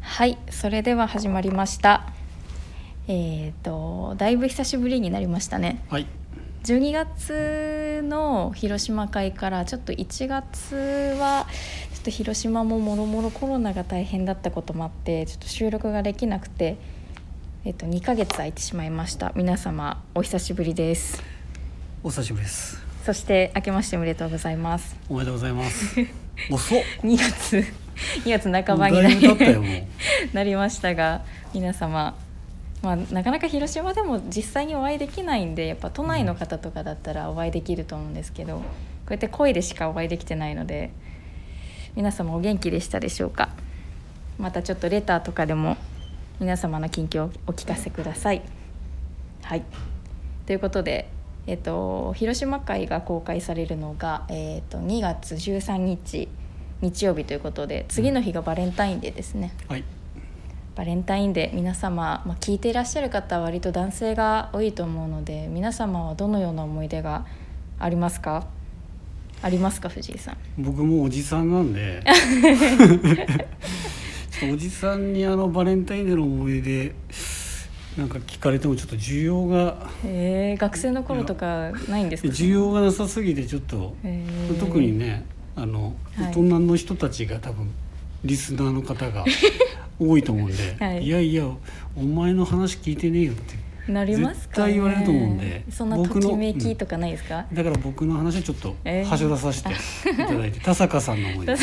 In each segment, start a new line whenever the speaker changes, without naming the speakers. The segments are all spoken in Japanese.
はいそれでは始まりましたえっ、とだいぶ久しぶりになりましたね
はい。
12月の広島会からちょっと1月はちょっと広島ももろもろコロナが大変だったこともあってちょっと収録ができなくて、えっと2ヶ月空いてしまいました皆様お久しぶりです
お久しぶりです。
そして明けましておめでとうございます
おめでとうござ います。遅っ。
2月2月半ば
だ
にないり
ぶ経ったよもう。
なりましたが皆様、まあ、なかなか広島でも実際にお会いできないんでやっぱ都内の方とかだったらお会いできると思うんですけどこうやって声でしかお会いできてないので皆様お元気でしたでしょうかまたちょっとレターとかでも皆様の近況をお聞かせください。はいということで、えっと、広島会が公開されるのが、えっと、2月13日日曜日ということで次の日がバレンタインデーですね。
はい。
バレンタインデー皆様、まあ、聞いていらっしゃる方は割と男性が多いと思うので皆様はどのような思い出がありますかありますか藤井さん
僕もうおじさんなん で。ちょっとおじさんにあのバレンタインデーの思い出。なんか聞かれてもちょっと需要が。
えー、学生の頃とかないんですか
需要がなさすぎてちょっと。
えー
特にね。あの、
はい
大人の人たちが多分。リスナーの 方が。多いと思うんで、
はい
いやいや、お前の話聞いてねえよって。
なりますか、
絶対言われると思うんで
そんなと
僕の
きめきとかないですか、
だから僕の話をちょっと
えー
はしょらさせていた だいて、田坂さんの思い出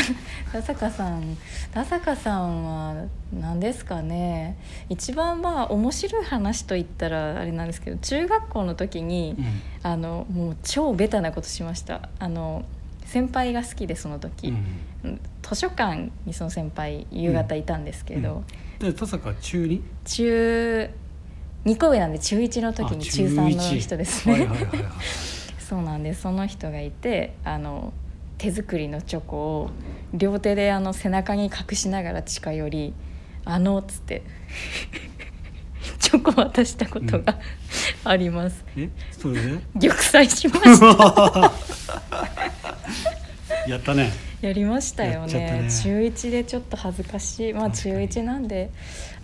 田坂田坂さん田坂さんは何ですかね一番まあ面白い話といったらあれなんですけど中学校の時に、
う
あのもう超ベタなことしましたあの先輩が好きでその時、
ん
図書館にその先輩夕方いたんですけど、
うんで田坂中二
中2個上なんで中1の時
あ
に中3の人です
はい
ね
はいはいはい
そうなんですその人がいてあの手作りのチョコを両手であの背中に隠しながら近寄り「あの」っつって チョコ渡したことが あります。
えそれで
玉砕しました
やったね
やりましたよ
やっ
ね
ちゃったね
中1でちょっと恥ずかしいまあ
確か
中
に
1なんで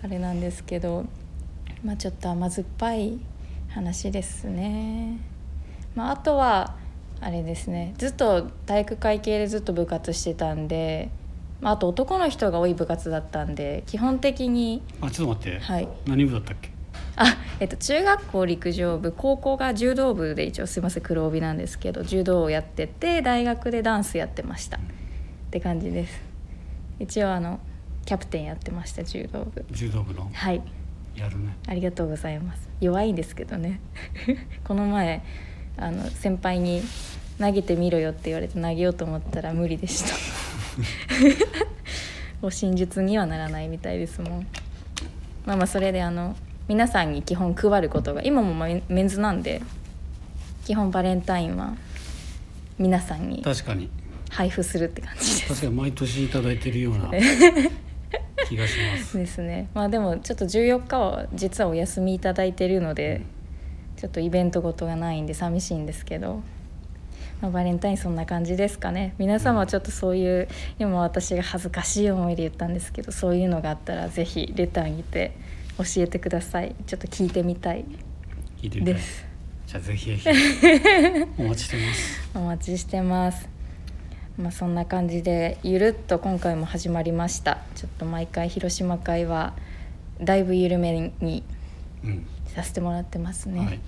あれなんですけどまあちょっと甘酸っぱい話ですね、まあ、あとはあれですねずっと体育会系でずっと部活してたんで、まあ、あと男の人が多い部活だったんで基本的に
あちょっと待って、
はい
何部だったっけ
あえっと、中学校陸上部高校が柔道部で一応すいません黒帯なんですけど柔道をやってて大学でダンスやってましたって感じです一応あのキャプテンやってました柔道部
柔道部の
はい
やるね
ありがとうございます弱いんですけどね この前あの先輩に「投げてみろよ」って言われて投げようと思ったら無理でした お真術にはならないみたいですもんまあまあそれであの皆さんに基本配ることが今もまあメンズなんで基本バレンタインは皆さんに
確かに
配布するって感じです
確かに毎年いただいてるよ うな気がします
ですねまあでもちょっと14日は実はお休みいただいてるのでちょっとイベントごとがないんで寂しいんですけど、まあ、バレンタインそんな感じですかね皆様はちょっとそういう今私が恥ずかしい思いで言ったんですけどそういうのがあったらぜひレターにて教えてくださいちょっと聞いてみたい
聞いてみたい
です
じゃあぜひぜひお待ちしてます
お待ちしてますまあそんな感じでゆるっと今回も始まりましたちょっと毎回広島会はだいぶ緩めに
うん、
させてもらってますね、
はい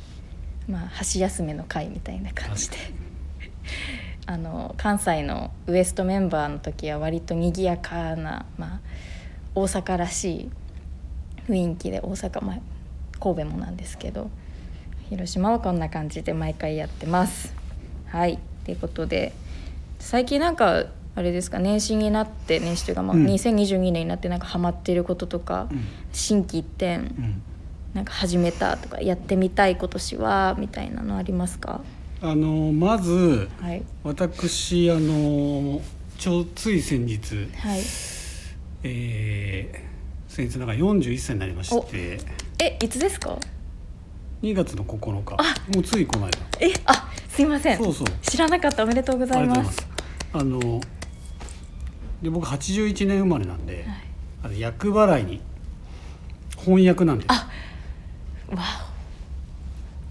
まあ箸休めの会みたいな感じで あの関西のウエストメンバーの時は割と賑やかな、まあ、大阪らしい雰囲気で大阪、まあ、神戸もなんですけど広島はこんな感じで毎回やってます。はいということで最近なんかあれですか年始になって年始というか、まあ、
うん
2022年になってなんかハマっていることとか、
うん
心機一転、
うん
なんか始めたとかやってみたい今年はみたいなのありますか
あのまず
はい
私あのちょつい先日
はい
えー、先日なんか41歳になりまして
えいつですか
2月の9日もうついこの間
えあすいません
そうそう
知らなかったおめでとうございます
ありがとうございますあので僕81年生まれなんで、あれ厄払いに翻訳なんで
わ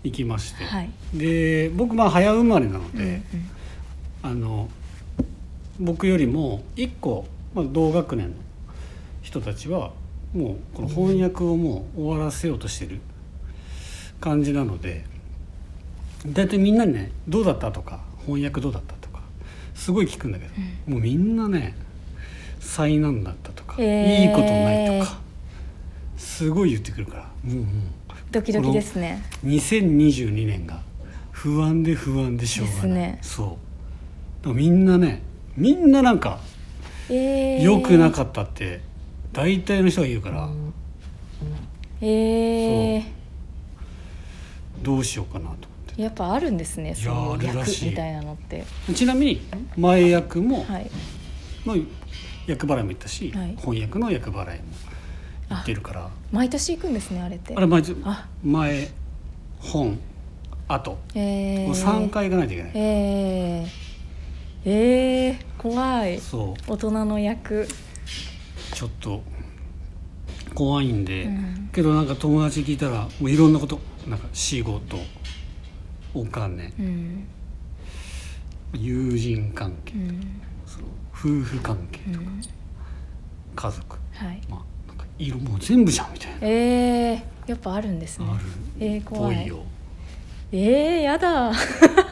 行きまして、
おはい、
で僕まあ早生まれな
う
の
んうん
で、あの僕よりも1個、まあ、同学年の人たちはもうこの翻訳をもう終わらせようとしてる感じなので大体みんなにね「どうだった?」とか「翻訳どうだった?」とかすごい聞くんだけど、もうみんなね災難だったとか、
えー
いいことないとかすごい言ってくるからもうもう
ドキドキですね
2022年が不安で不安でしょうがない、
ですね
そうだからみんなねみんななんか
えー、
良くなかったって大体の人が言うから、
えー、
どうしようかなと思っ
やっぱあるんですね
いや
その
あるら
役
しい
みたいなのって
てちなみに前役も、
はい
の役払いも行ったし、
はい
翻訳の役払いも行ってるから
毎年行くんですねあれって
あれ前
あ
前本後
えー、
3回行かないといけない、
えー、えー、怖い
そう
大人の役
ちょっと怖いんで、
うん
けどなんか友達に聞いたらもういろんなことなんか仕事お金
うん、
友人関係、
うん
その夫婦関係、
うん、
家族
はい
まあなんか色もう全部じゃんみたいな、
えー、やっぱあるんですね
ある
えー、怖い
ぽいよ
えー、や だだか
だか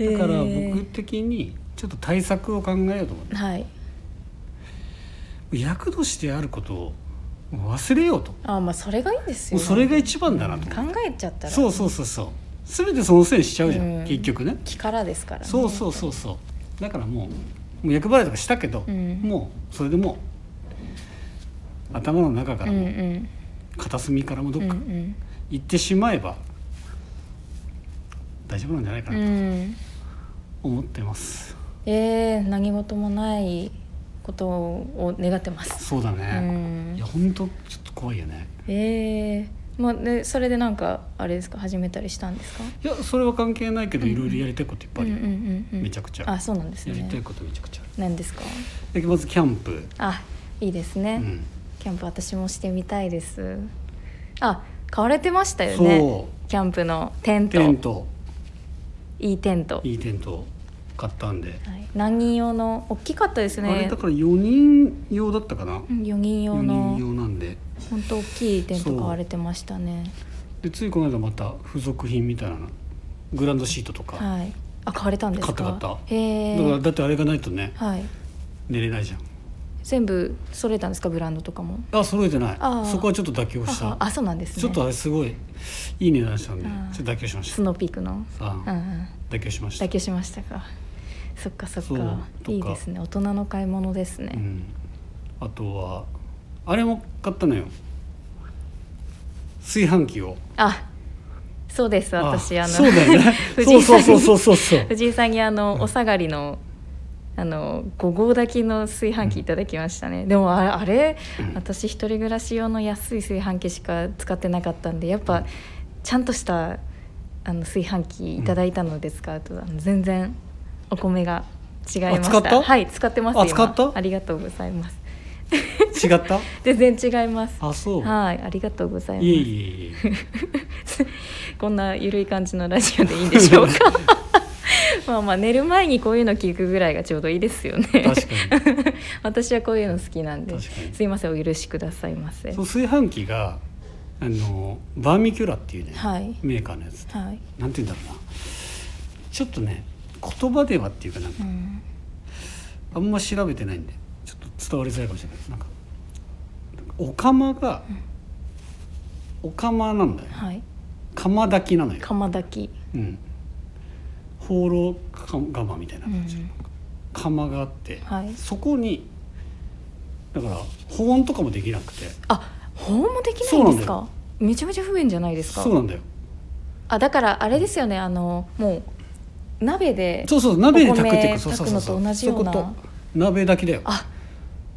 ら僕的にちょっと対策を考えようと思って
はい
役としてあることを忘れようとも
あまあそれがいいんです
う
よ
それが一番だなと思って
考えちゃったら
そうそうそうそう全てそのせいにしちゃうじゃん、
うん
結局ね
気からですからね
そうそうそうそうだからもうもう役払いとかしたけど、
うん
もうそれでもう頭の中から
うんう
も
ん
片隅からもど
う
っ
んう
か
ん
行ってしまえば大丈夫なんじゃないか
う
なと
ん
思ってます、
えー、何事もないことを願ってます
そうだ
う
ね、
ん
いや本当ちょっと怖いよね
えー、まあでそれでなんかあれですか始めたりしたんですか
いやそれは関係ないけどいろいろやりたいこといっぱいあるよ、
うんうんうん
めちゃくちゃ
あそうなんです
やり
ね
たいことめちゃくちゃあ
何ですか
るでまずキャンプ、
あいいです
う
ね、
ん、
キャンプ私もしてみたいですあ買われてましたよね
そ
キャンプのテン
う
ト
テント
いいテント
いいテントを買ったんで、
はい、何人用の大きかったです
あれ
ね
だから4人用だったか
う
な、
ん4人用
4
の
人用なんで
本当大きいテン
そ
ト
う
買われてましたね
でついこの間また付属品みたいなのグランドシートとか、
はいあ買われたんですか
買った買った
へ
だから
え
だってあれがないとね
はい
寝れないじゃん
全部揃えたんですかブランドとかも
あ揃えてない
あー
そこはちょっと妥協し
あ
た
あそうなんですね
ちょっとあれすごいいい値段したんで
あー
ちょっと妥協しまし
ス
た
ノーピークの
さ
うん
あ、
うん
妥協しました
妥協しましたかそっかそっ
そう
か
とか
いいですね大人の買い物ですね、
うん、あとはあれも買ったのよ炊飯器を
あそうです私あの
そうだよね
藤
そう
井さ
そ
ん
う
に
そうそうそうそう
藤井さんにあの、
うん
お下がりのあの5合炊きの炊飯器いただきましたね、でもあれあれ、私一人暮らし用の安い炊飯器しか使ってなかったんでやっぱちゃんとしたあの炊飯器いただいたので使うと、あの全然お米が違いました
あ使った
はい使ってます
あ
今
使った
ありがとうございます
違った
全然違います
あそう
はいありがとうございま
いえ
す
いえいえ
こんなゆるい感じのラジオでいいんで しょうかまあまあ寝る前にこういうの聞くぐらいがちょうどいいですよね
確かに
私はこういうの好きなんで
確かに
すいませんお許しくださいませ
そう炊飯器があのバーミキュラっていうね、
はい
メーカーのやつ
はい、
なんて言うんだろうなちょっとね言葉ではっていうかなん
う
か
ん、
あんま調べてないんでちょっと伝わりづらいかもしれないなんかお釜が、お釜なんだよ
はい
釜炊きなのよ、
釜炊き、
うん、放浪釜みたいな
う
感じ、
ん、
釜があって、
はい
そこにだから保温とかもできなくて
あ保温もできないんです
そうなん
かめちゃめちゃ不便じゃないですか
そうなんだよ
あだからあれですよねあのもう鍋で
そうそう鍋で炊くっていう
お米
かそうそうそうそう
炊くのと同じような
そういうこと鍋だけだよ
あ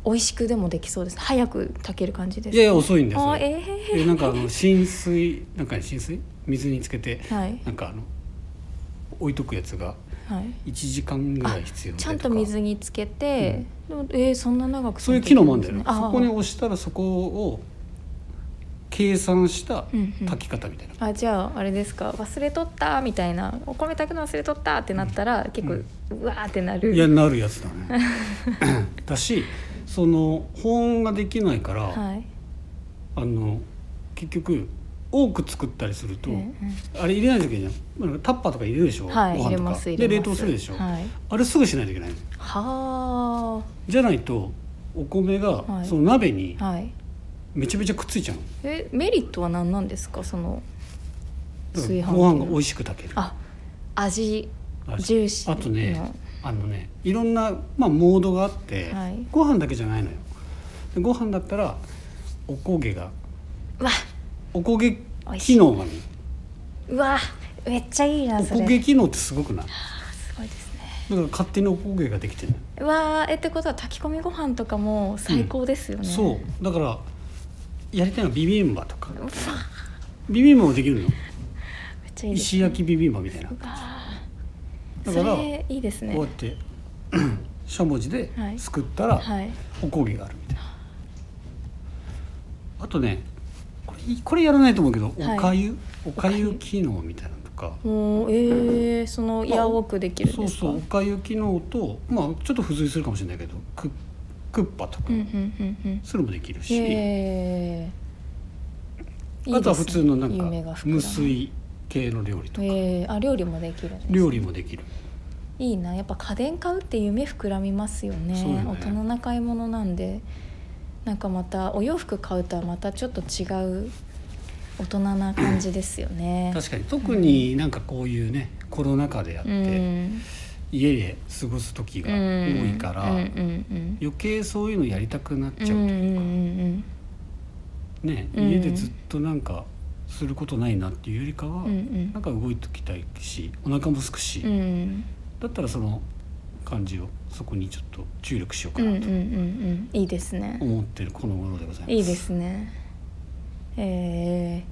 美味しくでもできそうです早く炊ける感じです
いやいや遅いんですよ
あええ
でなんかあの浸水なんかね浸水水につけて
はい
なんかあの置いとくやつが
はい
1時間ぐらい必要で
ちゃんと水につけて、でもえーそんな長く
そういう機能もあるんだよね
あー
そこに押したらそこを計算した
うんうん
炊き方みたいな、
あじゃああれですか忘れとったみたいなお米炊くの忘れとったってなったら、結構、うわーってないる
やなるやつだね だしその保温ができないから、
はい
あの結局多く作ったりすると、
うんうん
あれ入れないといけないじゃんなんかタッパーとか入れるでしょ、
はい
ご
入
飯
れ
とか
ます入れ
で
ます
冷凍するでしょ、
はい
あれすぐしないといけないの
は
じゃないとお米が
はい
その鍋に
あはい
めちゃめちゃくっついちゃうの
えメリットは何なんですかその
だか
炊飯器
ら
の
ご飯が美味しく炊ける
あ味
味
ジューシー
あ
な
とねあのねいろんな、まあ、モードがあって、
はい
ご飯だけじゃないのよでご飯だったらおこげが
うわ
おこげ
美味しい
機能がね
うわめっちゃいいな
お
それ
こげ機能ってすごくない
あすごいですね
だから勝手におこげができてるのよ
うわーえってことは炊き込みご飯とかも最高ですよね、
そうだからやりたいのはビビンバとか
うわ
ビビンバもできるのよ
めっちゃいいです
石焼きビビンバみたいな
うわ
だ
ー
から
それいいですね
こうやって しゃもじで
はい
すくったら
はい
おこげがあるみたいなあとねこれこれやらないと思うけど
はい
おかゆおか
お
ゆ
かゆ
機能みたいなのとか
もうえー、その
まあ
ヤオくできるん
そう
ですか、
そうおかゆ機能とまあちょっと付随するかもしれないけどククッパとか
うんうんうんうん
それもできるし
えー、
あとは普通のなん
夢が
か
膨らむ
無水系の料理とか
えー、あ料理もできるんですね
料理もできる
いいなやっぱ家電買うって夢膨らみますよね
そうよね
大人な買い物なんでなんかまたお洋服買うとはまたちょっと違う大人な感じですよね
確かに特になんかこういうねコロナ禍であって、
うん
家で過ごす時が多いから、
うんうん
余計そういうのやりたくなっ
うん
ちゃ
う
う、
んうん
ね
うん
家でずっとなんかすることないなっていうよりかは、
うんうん
なんか動いておきたいしお腹も空くし、
うんうん
だったらその感じをそこにちょっと注力しよう
う
か
んうんうん
なと
うんいいですね
思ってるこの頃でございます。
いいですねえ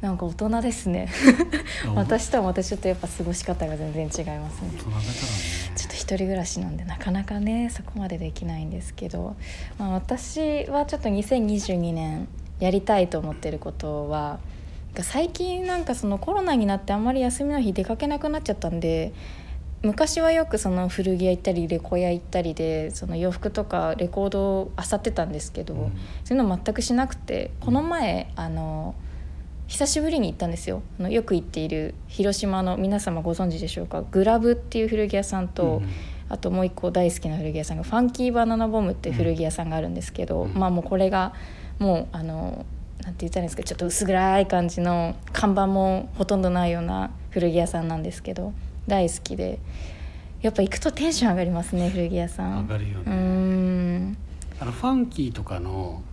ー、なんか大人ですね
いや
私とはまたちょっとやっぱ過ごし方が全然違いますね
大人だからね
ちょっと一人暮らしなんでなかなかねそこまでできないんですけど、まあ、私はちょっと2022年やりたいと思ってることはなんか最近なんかそのコロナになってあんまり休みの日出かけなくなっちゃったんで昔はよくその古着屋行ったりレコ屋行ったりでその洋服とかレコードを漁ってたんですけど、
うん
そういうの全くしなくてこの前あの久しぶりに行ったんですよあのよく行っている広島の皆様ご存知でしょうかグラブっていう古着屋さんと、あともう一個大好きな古着屋さんがファンキーバナナボムっていう古着屋さんがあるんですけど、
うん
まあもうこれがもうあのなんて言ったらいいんですかちょっと薄暗い感じの看板もほとんどないような古着屋さんなんですけど大好きでやっぱ行くとテンション上がりますね古着屋さん。
上がるよね
うーん
あのファンキーとかの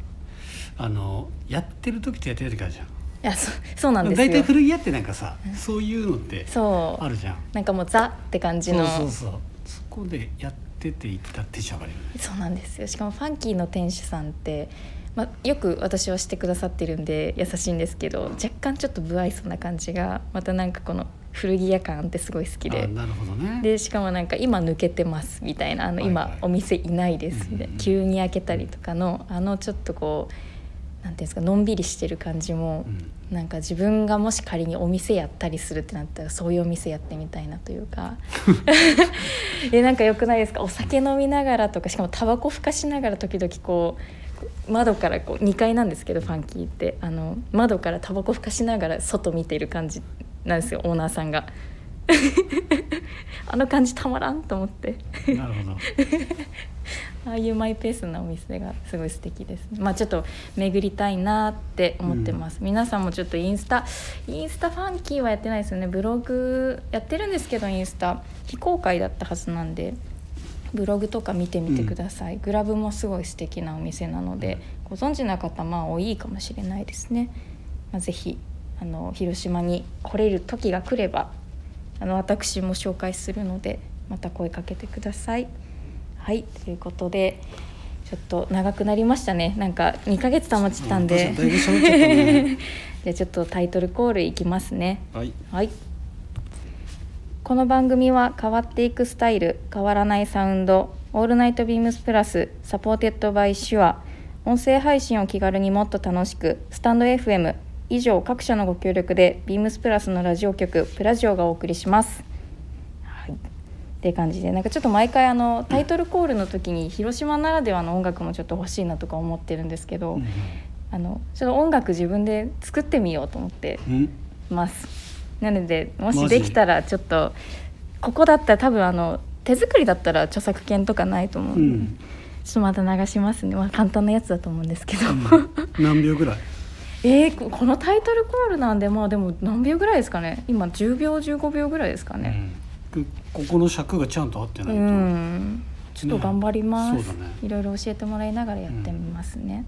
あのやってる時とやってない時あるじゃん。
いやそそうなんです
大体
よ。
古着屋ってなんかさ、そういうのって
そ
あるじゃん
うなんかもうザって感じ
そう
の
そうそうそこでやってて行ったってしゃがるよね
そうなんですよしかもファンキーの店主さんって、まあ、よく私はしてくださってるんで優しいんですけど若干ちょっと不愛想な感じがまたなんかこの古着屋感ってすごい好き
あ
で。
なるほどね
でしかもなんか今抜けてますみたいなあの今、
はいはい
お店いないですみたい
うんうんう
なん急に開けたりとかのあのちょっとこうなんていうんですかのんびりしてる感じも、
うん
なんか自分がもし仮にお店やったりするってなったらそういうお店やってみたいなという か えなんか良くないですかお酒飲みながらとかしかもタバコふかしながら時々こう窓からこう2階なんですけどファンキーってあの窓からタバコふかしながら外見ている感じなんですよオーナーさんが あの感じたまらんと思って
なるほど
ああいうマイペースなお店がすごい素敵ですね。まあちょっと巡りたいなって思ってます。皆さんもちょっとインスタ、インスタファンキーはやってないですよね。ブログやってるんですけどインスタ非公開だったはずなんで。ブログとか見てみてください、グラブもすごい素敵なお店なのでご存知な方まあ多いかもしれないですね、まあ、ぜひあの広島に来れる時が来ればあの私も紹介するのでまた声かけてくださいはいということでちょっと長くなりましたねなんか2ヶ月たまってたんで
うん確かにだいぶ喋っちゃったね
じゃあちょっとタイトルコールいきますね
はい
はいこの番組は変わっていくスタイル変わらないサウンドオールナイトビームスプラスサポーテッドバイシュア音声配信を気軽にもっと楽しくスタンド FM 以上各社のご協力でビームスプラスのラジオ局プラジオがお送りします。はいっていう感じでなんかちょっと毎回あのタイトルコールの時に広島ならではの音楽もちょっと欲しいなとか思ってるんですけど、あのちょっと音楽自分で作ってみようと思って
うん
ますなのでもし
マジ
できたらちょっとここだったら多分あの手作りだったら著作権とかないと思う
うん
で、
ん、
ちょっとまた流しますね、まあ、簡単なやつだと思うんですけど、
何秒ぐらい
えーここのタイトルコールなんでまあでも何秒ぐらいですかね今10秒15秒ぐらいですかね
うんここの尺がちゃんと合って
う
ないと、
んちょっと頑張ります、
そうだね
いろいろ教えてもらいながらやってみますね、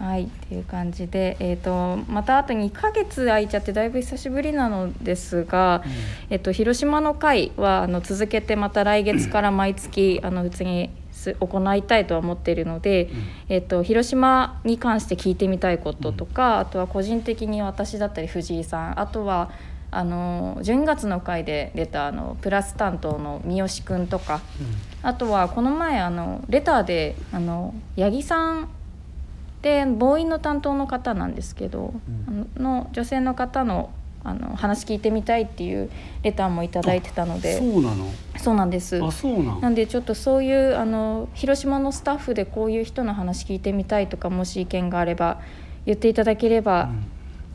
はいっていう感じで、えー、とまたあと2ヶ月空いちゃってだいぶ久しぶりなのですが、えっと、広島の会はあの続けてまた来月から毎月あの普通にす行いたいとは思っているので、えっと、広島に関して聞いてみたいこととか、あとは個人的に私だったり藤井さんあとはあの12月の会で出たあのプラス担当の三好くんとかあとはこの前あのレターであの八木さんで防音の担当の方なんですけど、
うん
あのの女性の方のあの話聞いてみたいっていうレターもいただいてたので
そ
そう
うなの
なんです
あそうな
なん
の
でちょっとそういうあの広島のスタッフでこういう人の話聞いてみたいとかもし意見があれば言っていただければ、
うん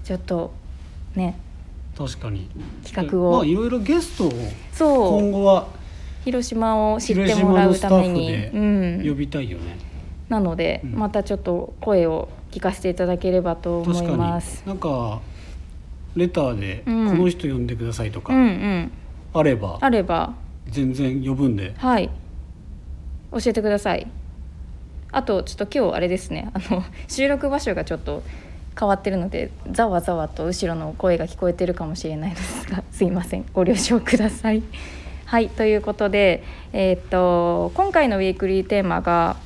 ちょっとね
確かに
企画を
まあいろいろゲストを今
そう
後は
広島を知って
広
も
島
ら
の
う
スタ
ため
ッフ
に。
で
うん
呼びたいよね、
なので、
うん
またちょっと声を聞かせていただければと思
確
い
かに
ます。
なんかレターで、
うん
この人呼んでください」と
う
か
んうん、
あれば
あれば、
全然呼ぶんで
はい、教えてください。あとちょっと今日あれですね、あの収録場所がちょっと変わってるので、ざわざわと後ろの声が聞こえてるかもしれないですが、 すいません、ご了承ください。はい、ということで、えーっと今回のウィークリーテーマが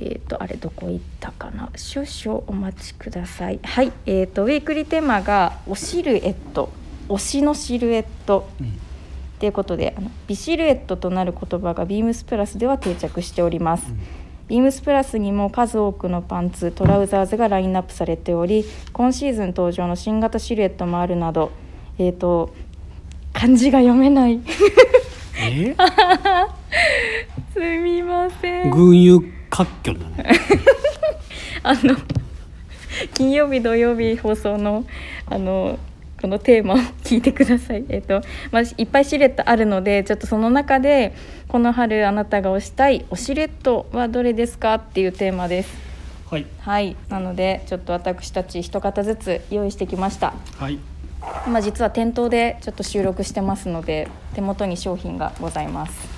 えー、とあれどこ行ったかな少々お待ちくださいはいえー、とウィークリーテーマが「おシルエット」「推しのシルエット」
うん
ということであの美シルエットとなる言葉がビームスプラスでは定着しております、
うん
ビームスプラスにも数多くのパンツトラウザーズがラインナップされており今シーズン登場の新型シルエットもあるなどえっ、と漢字が読めない
え
すみません
群雄割拠だね
あの金曜日土曜日放送のあのこのテーマを聞いてください。えっ、とまあいっぱいシルエットあるので、ちょっとその中でこの春あなたが推したいおシルエットはどれですかっていうテーマです。
はい
はい、なのでちょっと私たち一方ずつ用意してきました。
はい
今実は店頭でちょっと収録してますので、手元に商品がございます。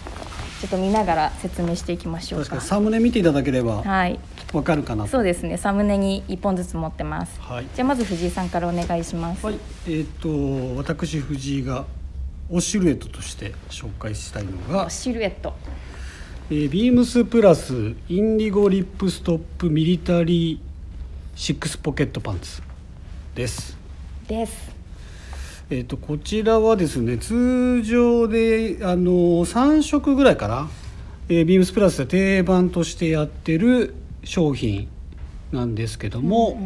ちょっと見ながら説明していきましょう
確か
か。
にサムネ見ていただければ
はい、
わかるかなと
そうですね。サムネに一本ずつ持ってます。
はい
じゃあまず藤井さんからお願いします。
はい、えーっ、と私藤井がおシルエットとして紹介したいのが、
シルエット。
えービームスプラスインディゴリップストップミリタリーシックスポケットパンツです。
です。
えーっ、とこちらはですね通常であの3色ぐらいかな、えービームスプラスで定番としてやってる商品なんですけども。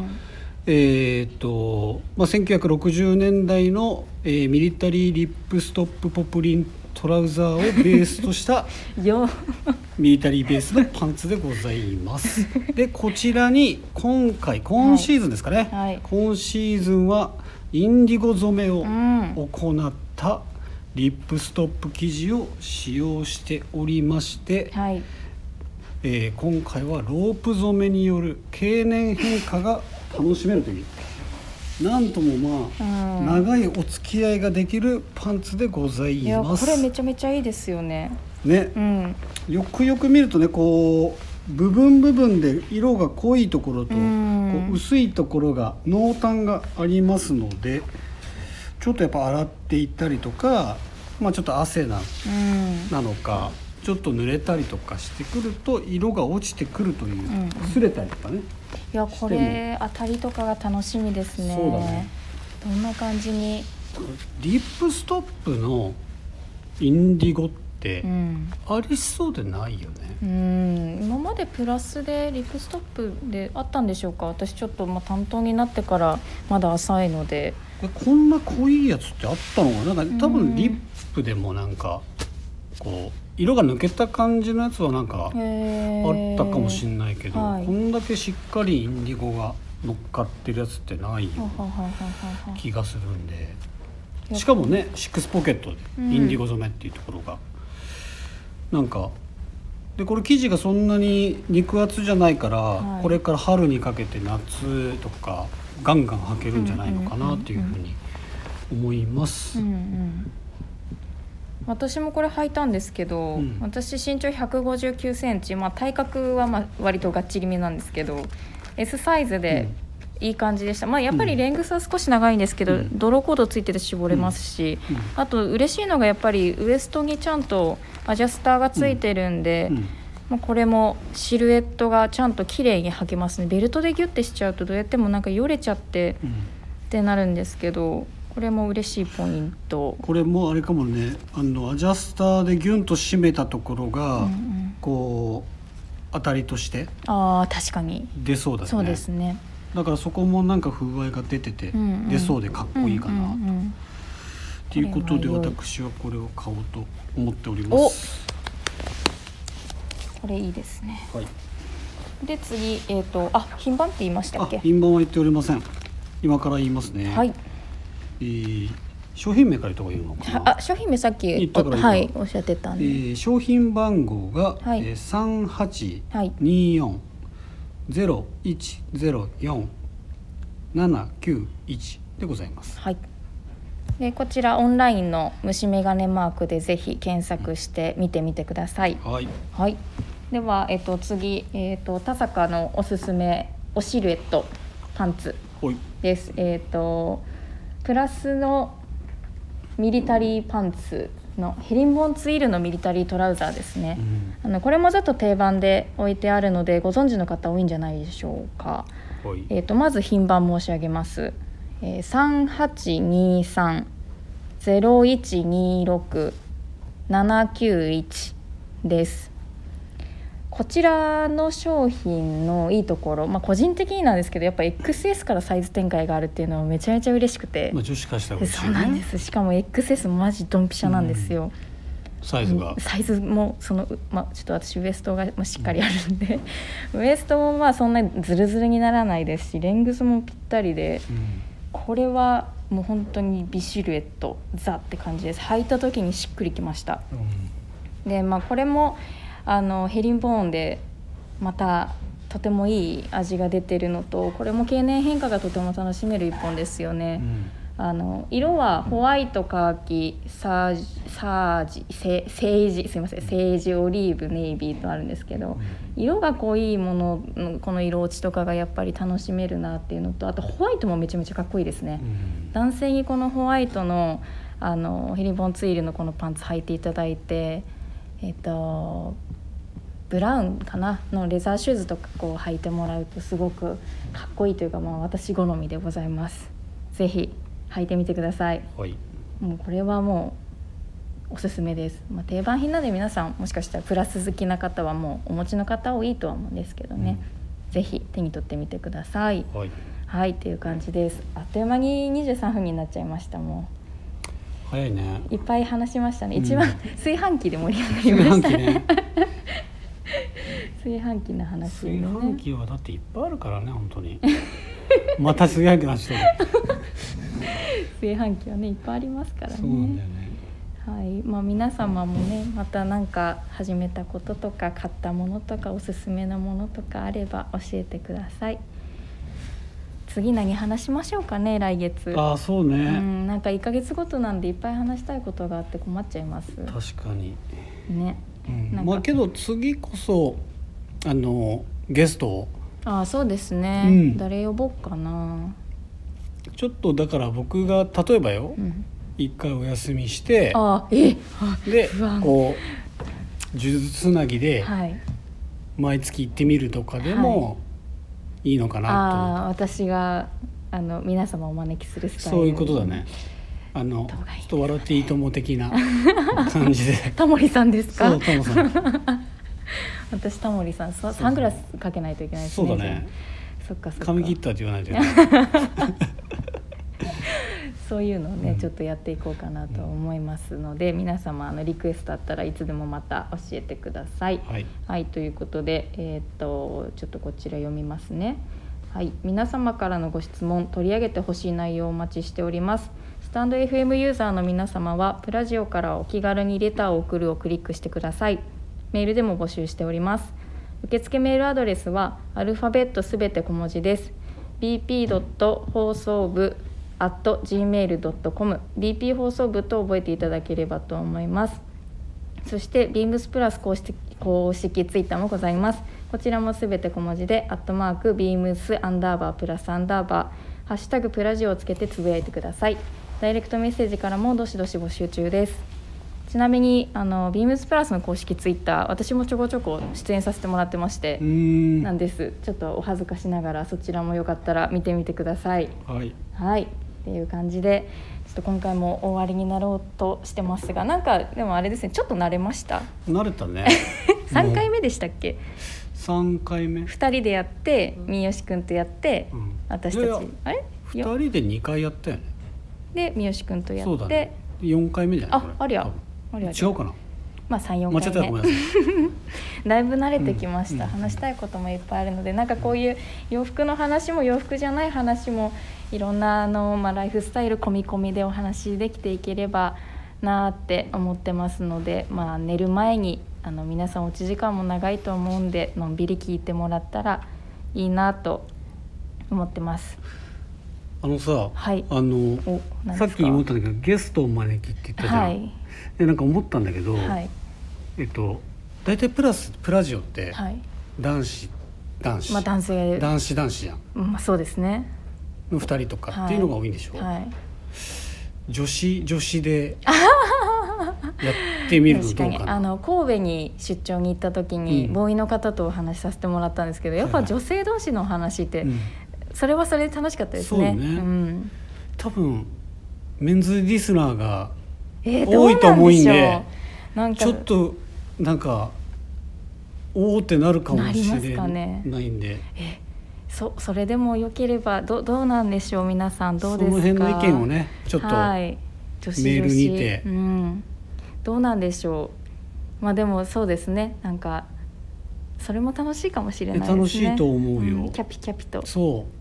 えーっとまあ、1960年代の、えーミリタリーリップストップポプリントラウザーをベースとした
よ。
ミリタリーベースのパンツでござい ますでこちらに今回今シーズンですかね、
はい
今シーズンはインディゴ染めを
うん
行ったリップストップ生地を使用しておりまして、
はい。
えー今回はロープ染めによる経年変化が楽しめるというなんともまあ、
うん
長いお付き合いができるパンツでござい
いや、
ま
こ
す
れめちゃめちゃいいですよね。
ね
うん。
よくよく見るとねこう部分部分で色が濃いところと、
うん
こう薄いところが濃淡がありますのでちょっとやっぱ洗っていったりとか、まあ、ちょっと汗な
うん。
なのかちょっと濡れたりとかしてくると色が落ちてくるという、
んうん
擦れたりとかね
いや、これ当たりとかが楽しみですね。
そうだね
どんな感じに。
リップストップのインディゴって
うん
ありそうでないよね、
うん今までプラスでリップストップであったんでしょうか私ちょっとまあ担当になってからまだ浅いので
これこんな濃いやつってあったのかななんか多
うん
分リップでもなんかこう色が抜けた感じのやつはなんか
へー
あったかもしれないけど、
はい
こんだけしっかりインディゴが乗っかってるやつってないよう
ははは
な
ははは
気がするんで
や
しかもねシックスポケットで
うん
インディゴ染めっていうところが、なんかでこれ生地がそんなに肉厚じゃないから、
はい
これから春にかけて夏とかガンガン履けるんじゃないのかなっていうふうに思います。
うんうん私もこれ履いたんですけど、
うん
私身長1 5 9センチ、まあ、体格はまあ割とがっちりめなんですけど S サイズでいい感じでした、まあ、やっぱりレングスは少し長いんですけど、
うん
泥コードついてて絞れますし、
うん
あと嬉しいのがやっぱりウエストにちゃんとアジャスターがついてるんで、
うん
まあ、これもシルエットがちゃんと綺麗に履けますねベルトでギュッてしちゃうとどうやってもなんかよれちゃって
うん
ってなるんですけどこれも嬉しいポイント。
これもあれかもねあのアジャスターでギュンと締めたところが、
うんうん
こう当たりとして
あー確かに
出そうだよね
そうですね
だからそこもなんか風合いが出てて、
うんうん
出そうでかっこいいかな、
うんうんうん
ということで
これは良い
私はこれを買おうと思っております。
これいいですね
はい。
で次えっ、とあ品番って言いました
あ
っけ、
品番は言っておりません。今から言いますね。
はい
えー商品名から言った方がいいのかな
あ。商品名さっき
言ったからいいか
はいおっしゃってたん
え
で、
ー商品番号が
はい
三八
はい
二四ゼロ一ゼロ四七九一でございます。
はいでこちらオンラインの虫眼鏡マークでぜひ検索して見てみてください、
はい。
はい。では、えっと、次、えっと、田坂のおすすめ、おシルエット。パンツ
はい。
です。えっと、プラスの。ミリタリーパンツのヘリンボーンツイールのミリタリートラウザーですね。
うん
あのこれもずっと定番で置いてあるのでご存知の方多いんじゃないでしょうか。
はい。
えー、とまず品番申し上げます、えー、3823-0126-791ですこちらの商品のいいところ、まあ、個人的になんですけどやっぱ XS からサイズ展開があるっていうのはめちゃめちゃ嬉しくて、
まあ女子化したら嬉しい
そ
よ
うなんで
ね。
すしかも XS マジドンピシャなんですよ、
サイズが
うん。サイズもその、うまあ、ちょっと私ウエストがまあしっかりあるんで、ウエストもまあそんなにズルズルにならないですしレングスもぴったりで
うん
これはもう本当に美シルエットザって感じです履いた時にしっくりきました
うん
でまあこれもあのヘリンボーンでまたとてもいい味が出てるのとこれも経年変化がとても楽しめる一本ですよね、
うん
あの色はホワイトカーキサージサージセセージすいませんセージオリーブネイビーとあるんですけど色が濃いもののこの色落ちとかがやっぱり楽しめるなっていうのとあとホワイトもめちゃめちゃかっこいいですね、
うん
男性にこのホワイトのあのヘリボンツイールのこのパンツ履いていただいてえっとブラウンかなのレザーシューズとかこう履いてもらうとすごくかっこいいというか、まあ、私好みでございますぜひ履いてみてください
はい。
もうこれはもうおすすめです、まあ、定番品なので皆さんもしかしたらプラス好きな方はもうお持ちの方多いとは思うんですけどね、ぜひ手に取ってみてください
はい。
はいっていう感じですあっという間に23分になっちゃいましたも
早いね。
ういっぱい話しましたね
うん
一番、炊飯器で盛り
炊
上がりま
飯
した
器ね。
炊飯器の話
炊
の
飯
ね
器はだっていっぱいあるからね本当にまた炊飯器の話だ
炊飯器はねいっぱいありますから
そうなんだよ
ね
ね
はいまあ皆様もねまた何か始めたこととか買ったものとかおすすめのものとかあれば教えてください次何話しましょうかね来月
ああそうね、
うんなんか1ヶ月ごとなんでいっぱい話したいことがあって困っちゃいます
確かに、
ね
うん
なんか
まあけど次こそあのゲストを
ああそうですね、
うん
誰呼ぼっかな、
ちょっとだから僕が例えばよ
うん、
一回お休みして
ああえあ
で
不安
こう呪術つなぎで
はい
毎月行ってみるとかでもいいのかなと思って
ああ私があの皆様をお招きするスタイル
そういうことだね。あのち
動
ょ
画いいですね
っと笑っていいとも的 な感じで
タモリさんです
そ
か
うタモさん
私タモリさんそ
そう
サングラスかけないといけないです
そ
ね
うだね
じゃあそっかそっか
髪切ったって言わな いといけない
そういうのをね、
うん
ちょっとやっていこうかなと思いますので皆様あのリクエストあったらいつでもまた教えてください。
はい
はい、ということで、えーっとちょっとこちら読みますね。はい、皆様からのご質問取り上げてほしい内容をお待ちしておりますスタンド FM ユーザーの皆様はプラジオからお気軽にレターを送るをクリックしてくださいメールでも募集しております受付メールアドレスはアルファベットすべて小文字です bp. 放送部 at gmail.com bp 放送部と覚えていただければと思いますそしてビームスプラス公式公式ツイッターもございます。こちらもすべて小文字でアットマークビームスアンダーバープラスアンダーバーハッシュタグプラジオをつけてつぶやいてください。ダイレクトメッセージからもどしどし募集中です。ちなみにあのビームスプラスの公式ツイッター私もちょこちょこ出演させてもらってまして
うー、ん
なんです。ちょっとお恥ずかしながらそちらもよかったら見てみてください。
はい
はいっていう感じでちょっと今回も終わりになろうとしてますがなんかでもあれですねちょっと慣れました
慣れた ね
3回目でしたっけ
三回目
2人でやって三好君とやって、
うん
私たち
いやいや
あれ
二
よ
人で二回やったよね
で三好君とや
そう
っ
だ
て、
ね四回目じゃない
あありゃありゃ
違うかな
まあ34
間違っ
回
た
目
らご
だ
めんなさい
いぶ慣れてきました、
うん
話したいこともいっぱいあるのでなんかこういう洋服の話も洋服じゃない話もいろんなあの、まあ、ライフスタイル込み込みでお話できていければなーって思ってますので、まあ、寝る前にあの皆さんおうち時間も長いと思うんでのんびり聞いてもらったらいいなと思ってます。
あのさ、
はい
あの
お何
さ
で
っ
す
き
か
思ったんだけどゲストを招きって言ったじゃん、
はい
でなんか思ったんだけど、
はい
えっと大体プラスプラジオって
はい
男子男子、
まあ男性
男子男子じゃん
まあ、そうですね
の2人とか
はい
っていうのが多いんでしょ、
はい
女子女子でやってみるの
確か
どう
に
か
あ
な
の神戸に出張に行った時に、
うん
ボーイの方とお話しさせてもらったんですけどやっ
は
ぱ
いはい
女性同士のお話って、
うん
それはそれで楽しかったです
そ
ね。
うね
ん、
多分メンズリスナーが
えー、
多いと思うんで
どうなんでしょうなんか
ちょっとなんかおおってなるかもし
なります
れ
かね
ないんで、
えそそれでもよければどどうなんでしょう皆さんど
そう
ですか
の辺の意見をねちょっと、
はい、女子
メールにて
女子うん、どうなんでしょうまあでもそうですねなんかそれも楽しいかもしれないですね
楽しいと思うよ
んキャピキャピと
そう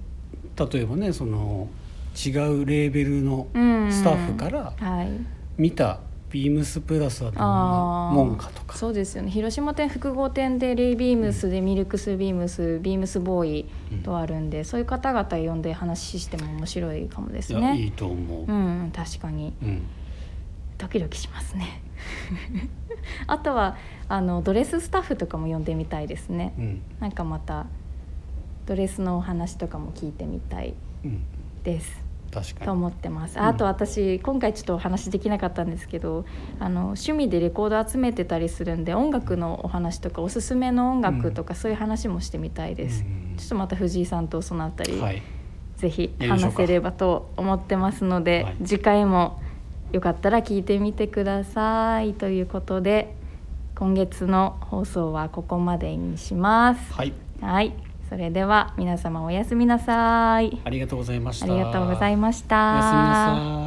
例えばねその違うレーベルの
うん
スタッフから
はい、
見たビームスプラスはどんな
あー
もんかとか
そうですよね広島店複合店でレイビームスでミルクスビームスビームスボーイとあるんで、そういう方々呼んで話しても面白いかもです
いやい
ね
いと思
う
う、
んうん確かに
うん
ドキドキしますね あとはあのドレススタッフとかも呼んでみたいですね
うん
なんかまたドレスのお話とかも聞いてみたい
うん、
です
確か
と
に
思ってます。
うん
あと私今回ちょっとお話できなかったんですけど、あの趣味でレコード集めてたりするんで、音楽のお話とかおすすめの音楽とかそういう話もしてみたいです。
うん
ちょっとまた藤井さんとそのあたり、
はい
ぜひ
やりましょう
話
か
せればと思ってますので、
はい
次回もよかったら聞いてみてくださいということで、今月の放送はここまでにします。
はい
はい、それでは皆様おやすみなさい。
ありがとうございまし
あ
た
りがとうございました。
おやすみなさい